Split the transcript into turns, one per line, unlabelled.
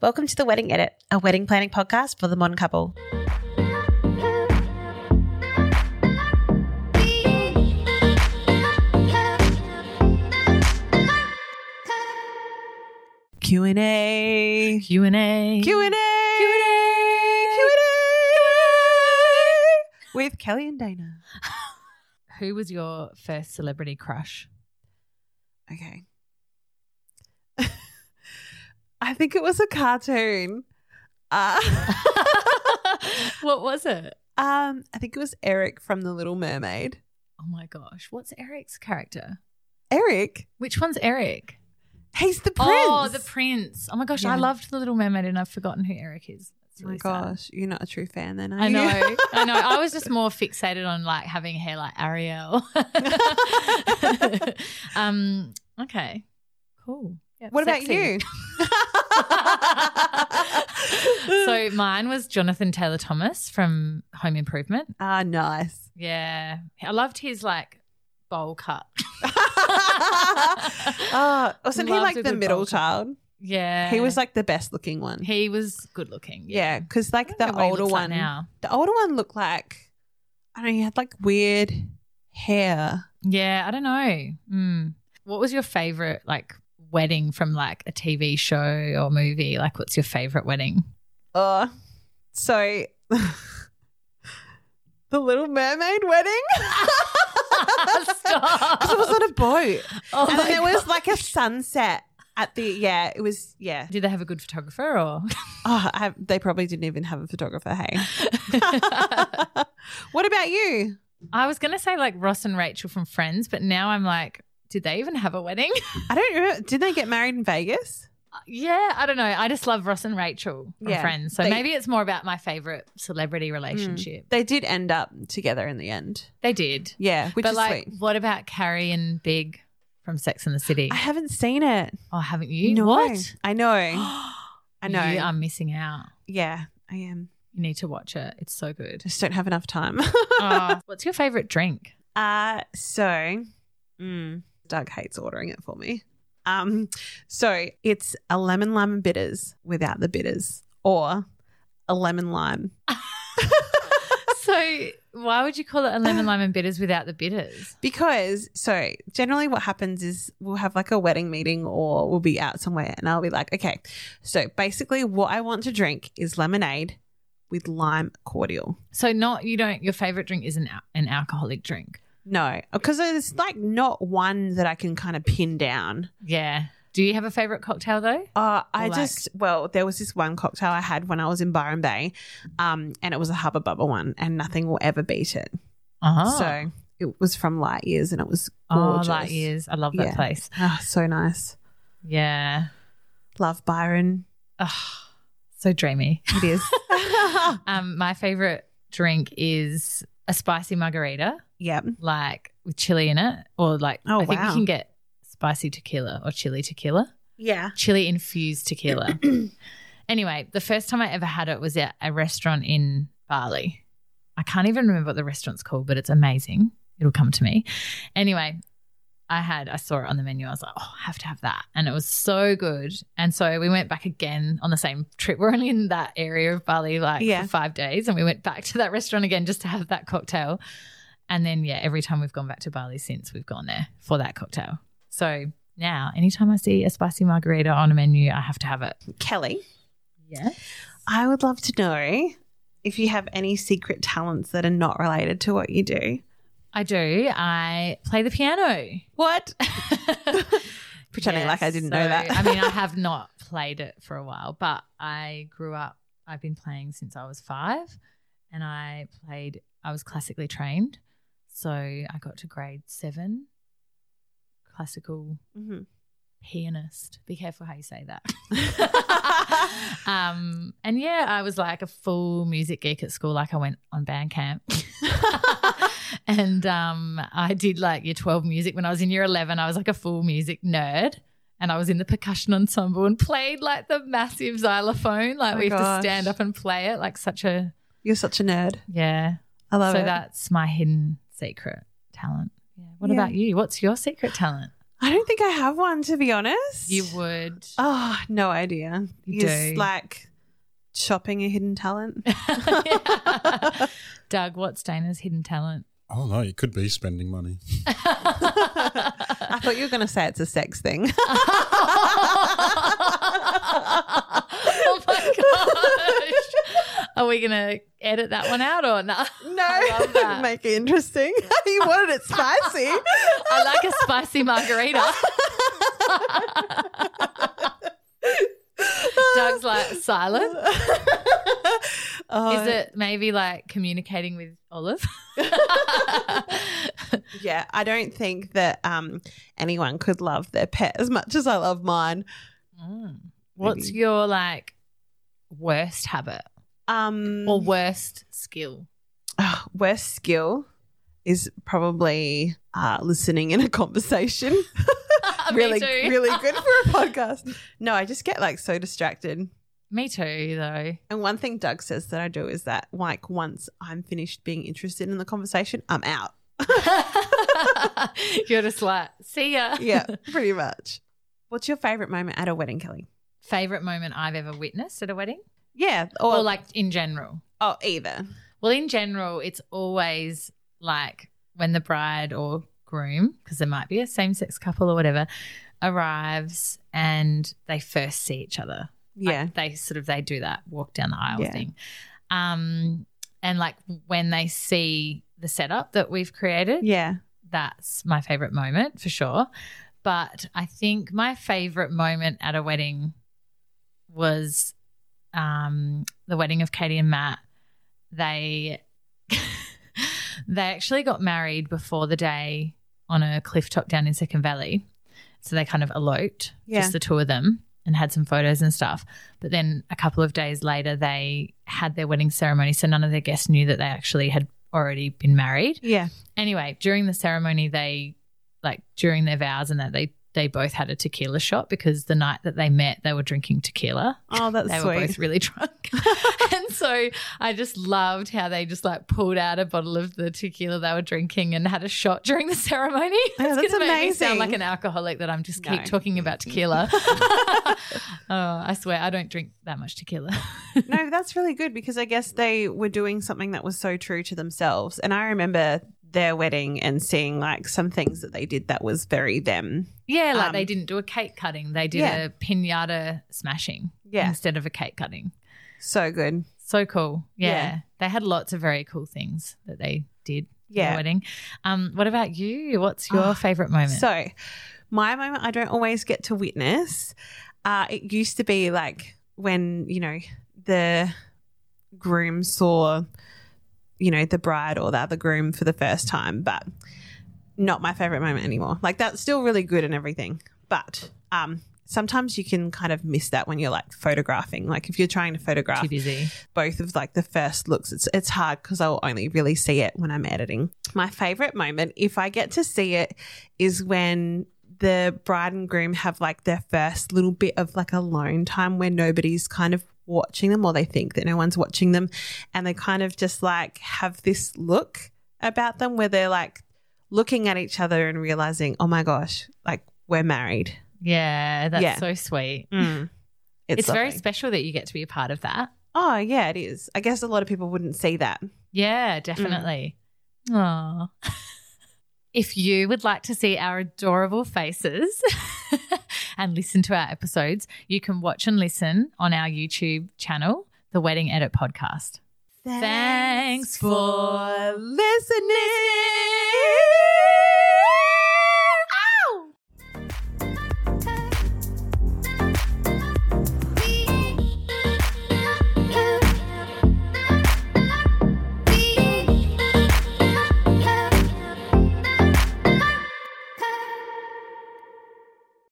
Welcome to The Wedding Edit, a wedding planning podcast for the modern couple. Q&A.
Q and A.
Q&A. Q&A. With Kelly and Dana.
Who was your first celebrity crush?
Okay. I think it was a cartoon. Uh,
what was it?
um, I think it was Eric from The Little Mermaid.
Oh my gosh, what's Eric's character?
Eric?
Which one's Eric?
He's the prince.
Oh, the prince. Oh my gosh,
Yeah.
I loved the Little Mermaid, and I've forgotten who Eric is. That's
Oh my
really sad.
gosh, you're not a true fan then, are
I
you?
know, I know. I was just more fixated on like having hair like Ariel. um. Okay. Cool. Yeah,
What
sexy.
about you?
so mine was Jonathan Taylor Thomas from Home Improvement.
ah, nice.
Yeah. I loved his like bowl cut.
oh, wasn't he
Loved
like
a
the
good
middle
bowl cut.
child?
yeah.
He was like the best looking one.
he was good looking.
yeah, because
I
like
don't
the
know what he
older
looks like
one,
now.
the older one looked like I don't know. He had like weird hair.
Yeah, I don't know. Mm. What was your favorite like wedding from like a TV show or movie? Like what's your favorite wedding?
Oh, so the Little Mermaid wedding.
Stop.
'Cause it was on a boat,
Oh
and
my
then there was
God.
like a sunset at the yeah. It was yeah.
Did they have a good photographer or
Oh, I, they probably didn't even have a photographer. Hey, what about you?
I was gonna say like Ross and Rachel from Friends, but now I'm like, did they even have a wedding?
I don't remember. Did they get married in Vegas?
Yeah, I don't know. I just love Ross and Rachel from
Yeah.
Friends. So
They-
maybe it's more about my favorite celebrity relationship.
They did end up together in the end.
They did.
Yeah, which
but
is
like,
sweet.
what about Carrie and Big from Sex and the City?
I haven't seen it.
oh, haven't you?
No.
What?
I know. I know.
You are missing out.
yeah, I am.
You need to watch it. It's so good.
Just don't have enough time.
Oh, what's your favorite drink?
Uh so mm, Doug hates ordering it for me. Um, so it's a lemon lime bitters without the bitters, or a lemon lime.
so, why would you call it a lemon lime and bitters without the bitters?
Because so generally what happens is we'll have like a wedding meeting or we'll be out somewhere and I'll be like, okay, so basically what I want to drink is lemonade with lime cordial.
So, not you don't. Your favorite drink isn't al- an alcoholic drink.
No, because there's like not one that I can kind of pin down.
Yeah. Do you have a favorite cocktail though?
Uh, I
like-
just well, there was this one cocktail I had when I was in Byron Bay, um, and it was a Hubba Bubba one, and nothing will ever beat it.
Oh,
So it was from Light Years, and it was
oh,
gorgeous.
light years. I love that
Yeah.
place.
Oh, so nice.
Yeah.
Love Byron.
Oh, so dreamy.
It is.
Um, my favorite drink is a spicy margarita,
yep.
like with chili in it, or like
Oh,
I think
wow.
you can get spicy tequila or chili tequila,
Yeah.
chili infused tequila. anyway, the first time I ever had it was at a restaurant in Bali. I can't even remember what the restaurant's called, but it's amazing. It'll come to me. Anyway, I had, I saw it on the menu. I was like, oh, I have to have that. And it was so good. And so we went back again on the same trip. We're only in that area of Bali like
Yeah.
for five days. And we went back to that restaurant again just to have that cocktail. And then, yeah, every time we've gone back to Bali since, we've gone there for that cocktail. So now, anytime I see a spicy margarita on a menu, I have to have it.
Kelly,
Yeah.
I would love to know if you have any secret talents that are not related to what you do.
I do. I play the piano.
What? Pretending
Yeah,
like I didn't know
so-
that.
I mean, I have not played it for a while, but I grew up, I've been playing since I was five and I played, I was classically trained. So I got to grade seven, classical
Mhm.
pianist. Be careful how you say that. um, and yeah, I was like a full music geek at school. Like I went on band camp. and um, I did like year 12 music. When I was in year 11, I was like a full music nerd. And I was in the percussion ensemble and played like the massive xylophone. Like
Oh My
we have
gosh.
to stand up and play it. Like such a,
You're such a nerd.
yeah.
I love
so
it.
that's my hidden secret talent. Yeah. What
Yeah.
about you? What's your secret talent?
I don't think I have one to be honest.
You would.
Oh, no idea.
You
Just
do.
like shopping a hidden talent.
Doug, what's Dana's hidden talent?
Oh no, it could be spending money.
I thought you were going to say it's a sex thing.
oh my gosh. Are we going to edit that one out or not? I love
no,
that.
make it interesting. you wanted it spicy.
I like a spicy margarita. Doug's like silent.
Oh,
Is it maybe like communicating with Olive? Mm.
Yeah, I don't think that um, anyone could love their pet as much as I love mine.
Mm. What's
Maybe.
your like worst habit
Um,
or worst skill?
uh, worst skill is probably uh, listening in a conversation.
Ah, Me
really,
too.
really good for a podcast. No, I just get like so distracted.
Me too, though.
And one thing Doug says that I do is that, like, once I'm finished being interested in the conversation, I'm out.
You're just like, see ya.
Yeah, pretty much. What's your favorite moment at a wedding, Kelly?
Favorite moment I've ever witnessed at a wedding,
Yeah,
or,
or, like,
like in general.
oh, either.
Well, in general, it's always like when the bride or groom, because there might be a same-sex couple or whatever, arrives and they first see each other. Like,
Yeah,
they sort of they do that walk down the aisle
Yeah.
thing. Um and like when they see the setup that we've created,
yeah.
that's my favorite moment for sure. But I think my favorite moment at a wedding was um, the wedding of Katie and Matt. They they actually got married before the day on a cliff top down in Second Valley, so they kind of eloped,
Yeah.
just the two of them, and had some photos and stuff. But then a couple of days later, they had their wedding ceremony, so none of their guests knew that they actually had already been married
Yeah.
anyway, during the ceremony, they like during their vows and that they they both had a tequila shot because the night that they met, they were drinking tequila.
Oh, that's
They were
sweet.
both really drunk, and so I just loved how they just like pulled out a bottle of the tequila they were drinking and had a shot during the ceremony.
Yeah,
It's
Oh, that's
gonna Make me sound
amazing.
like an alcoholic that I'm just keep
No.
talking about tequila. oh, I swear I don't drink that much tequila.
no, that's really good because I guess they were doing something that was so true to themselves. And I remember their wedding and seeing like some things that they did that was very them.
Yeah, like
Um,
they didn't do a cake cutting; they did
Yeah.
a pinata smashing
Yeah.
instead of a cake cutting.
So good.
So cool. Yeah.
Yeah.
They had lots of very cool things that they did at the
Yeah.
wedding. Um, what about you? What's your
Oh,
favorite moment?
So, my moment I don't always get to witness. Uh, it used to be like when, you know, the groom saw, you know, the bride or the other groom for the first time, but not my favorite moment anymore. Like, that's still really good and everything. But um, sometimes you can kind of miss that when you're like photographing. Like, if you're trying to photograph
Too busy.
both of like the first looks. It's it's hard because I'll only really see it when I'm editing. My favorite moment, if I get to see it, is when the bride and groom have like their first little bit of like alone time where nobody's kind of watching them or they think that no one's watching them and they kind of just like have this look about them where they're like looking at each other and realizing, "Oh my gosh, like we're married."
Yeah, that's
Yeah.
so sweet.
It's,
Mm. It's, very
lovely.
special that you get to be a part of that.
Oh, yeah, it is. I guess a lot of people wouldn't see that.
Yeah, definitely.
Mm.
Aw. if you would like to see our adorable faces and listen to our episodes, you can watch and listen on our YouTube channel, The Wedding Edit Podcast. Thanks for
listening.